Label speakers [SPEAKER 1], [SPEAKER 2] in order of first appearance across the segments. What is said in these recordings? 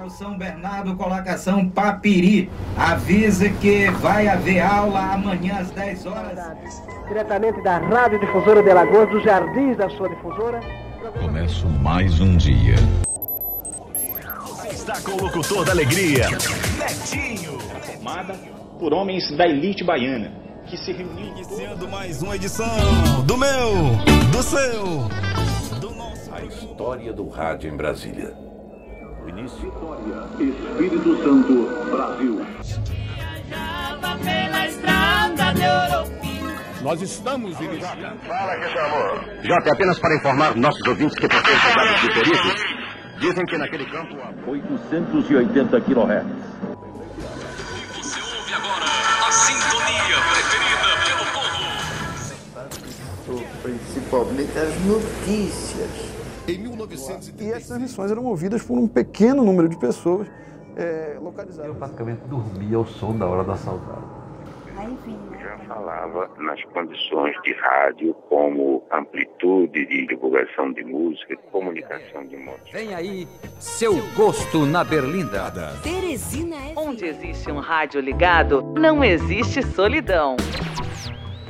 [SPEAKER 1] ao São Bernardo, colocação Papiri. Avisa que vai haver aula amanhã às 10 horas.
[SPEAKER 2] Diretamente da Rádio Difusora de Alagoas, dos jardins da sua difusora.
[SPEAKER 3] Começo mais um dia.
[SPEAKER 4] Você está com o locutor da alegria, Netinho.
[SPEAKER 5] Formada por homens da elite baiana, que se reuniu
[SPEAKER 4] Iniciando mais uma edição do meu, do seu, do nosso.
[SPEAKER 6] A história do rádio em Brasília. O início.
[SPEAKER 7] Espírito Santo, Brasil.
[SPEAKER 8] Nós estamos
[SPEAKER 9] Jota, apenas para informar nossos ouvintes que possuem cuidados de peritos, dizem que naquele campo há 880 kHz.
[SPEAKER 10] A sintonia preferida pelo povo.
[SPEAKER 11] Principalmente as notícias. Em 1930.
[SPEAKER 12] E essas missões eram ouvidas por um pequeno número de pessoas é, localizadas.
[SPEAKER 13] Eu praticamente dormia ao som da hora da saudade.
[SPEAKER 14] Já falava nas condições de rádio como amplitude de divulgação de música, de comunicação de modo.
[SPEAKER 15] Vem aí, seu gosto na berlinda.
[SPEAKER 16] Teresina é. Onde existe um rádio ligado, não existe solidão.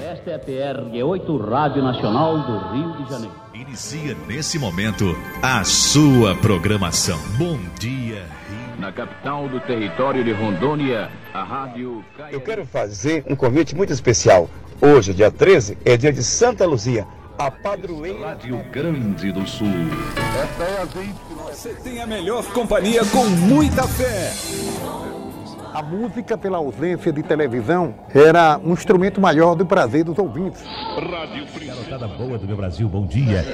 [SPEAKER 17] Esta é a PRG8, Rádio Nacional do Rio de Janeiro.
[SPEAKER 4] Inicia nesse momento a sua programação. Bom dia,
[SPEAKER 18] Na capital do território de Rondônia, a rádio
[SPEAKER 19] Eu quero fazer um convite muito especial. Hoje, dia 13, é dia de Santa Luzia, a padroeira.
[SPEAKER 3] Rádio Grande do Sul.
[SPEAKER 4] Essa é a gente. Você tem a melhor companhia com muita fé.
[SPEAKER 12] A música, pela ausência de televisão, era um instrumento maior do prazer dos ouvintes.
[SPEAKER 4] Rádio Garotada boa do meu Brasil, bom dia.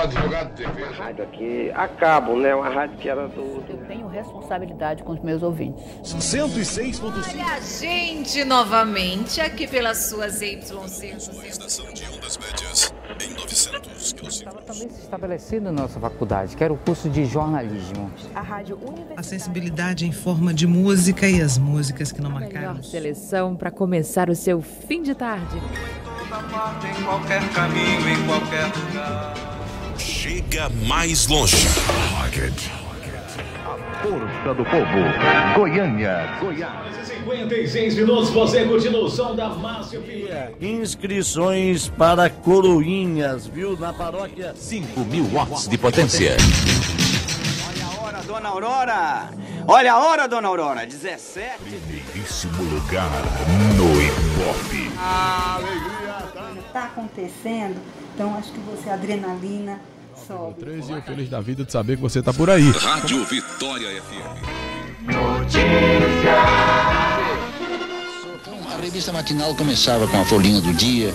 [SPEAKER 11] A rádio aqui, a cabo, né? Uma rádio que era do.
[SPEAKER 20] Eu tenho responsabilidade com os meus ouvintes.
[SPEAKER 4] 106.5.
[SPEAKER 9] A gente novamente aqui pelas suas YC.
[SPEAKER 3] Em 900
[SPEAKER 8] Também se estabeleceu na nossa faculdade, que era o curso de jornalismo.
[SPEAKER 2] A rádio universitária. A sensibilidade em forma de música e as músicas que não marcaram.
[SPEAKER 1] Seleção para começar o seu fim de tarde.
[SPEAKER 10] Em qualquer caminho, em qualquer lugar.
[SPEAKER 3] Chega mais longe.
[SPEAKER 4] Força do povo. Goiânia.
[SPEAKER 12] Goiás. 56 minutos, você continua o som da Márcio Pinheiro.
[SPEAKER 16] Inscrições para coroinhas, viu? Na paróquia
[SPEAKER 3] 5 mil watts de potência.
[SPEAKER 5] Olha a hora, dona Aurora! Olha a hora, dona Aurora! 17.
[SPEAKER 3] Primeiríssimo lugar no Ibope.
[SPEAKER 6] Está acontecendo, então acho que você, a adrenalina, sobe.
[SPEAKER 3] 13 eu feliz da vida de saber que você tá por aí. Rádio Vitória FM.
[SPEAKER 15] A revista matinal começava com a folhinha do dia,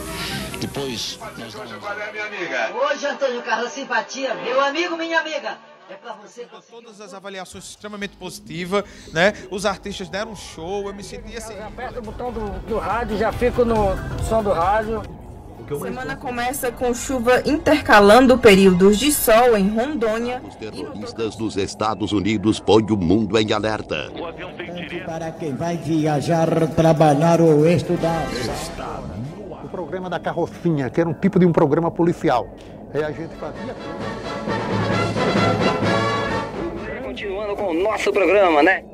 [SPEAKER 15] depois nós dávamos
[SPEAKER 14] Hoje, Antônio Carlos, simpatia, meu amigo, minha amiga. É pra você conseguir.
[SPEAKER 11] Todas as avaliações extremamente positivas, né? Os artistas deram um show, eu me senti assim.
[SPEAKER 8] Aperta o botão do, do rádio, já fico no som do rádio.
[SPEAKER 21] Semana começa com chuva intercalando períodos de sol em Rondônia.
[SPEAKER 6] Terroristas dos Estados Unidos põem o mundo em alerta.
[SPEAKER 22] Para quem vai viajar, trabalhar ou estudar.
[SPEAKER 12] O programa da carrocinha, que era um tipo de um programa policial. Aí a gente fazia.
[SPEAKER 8] Continuando com o nosso programa, né?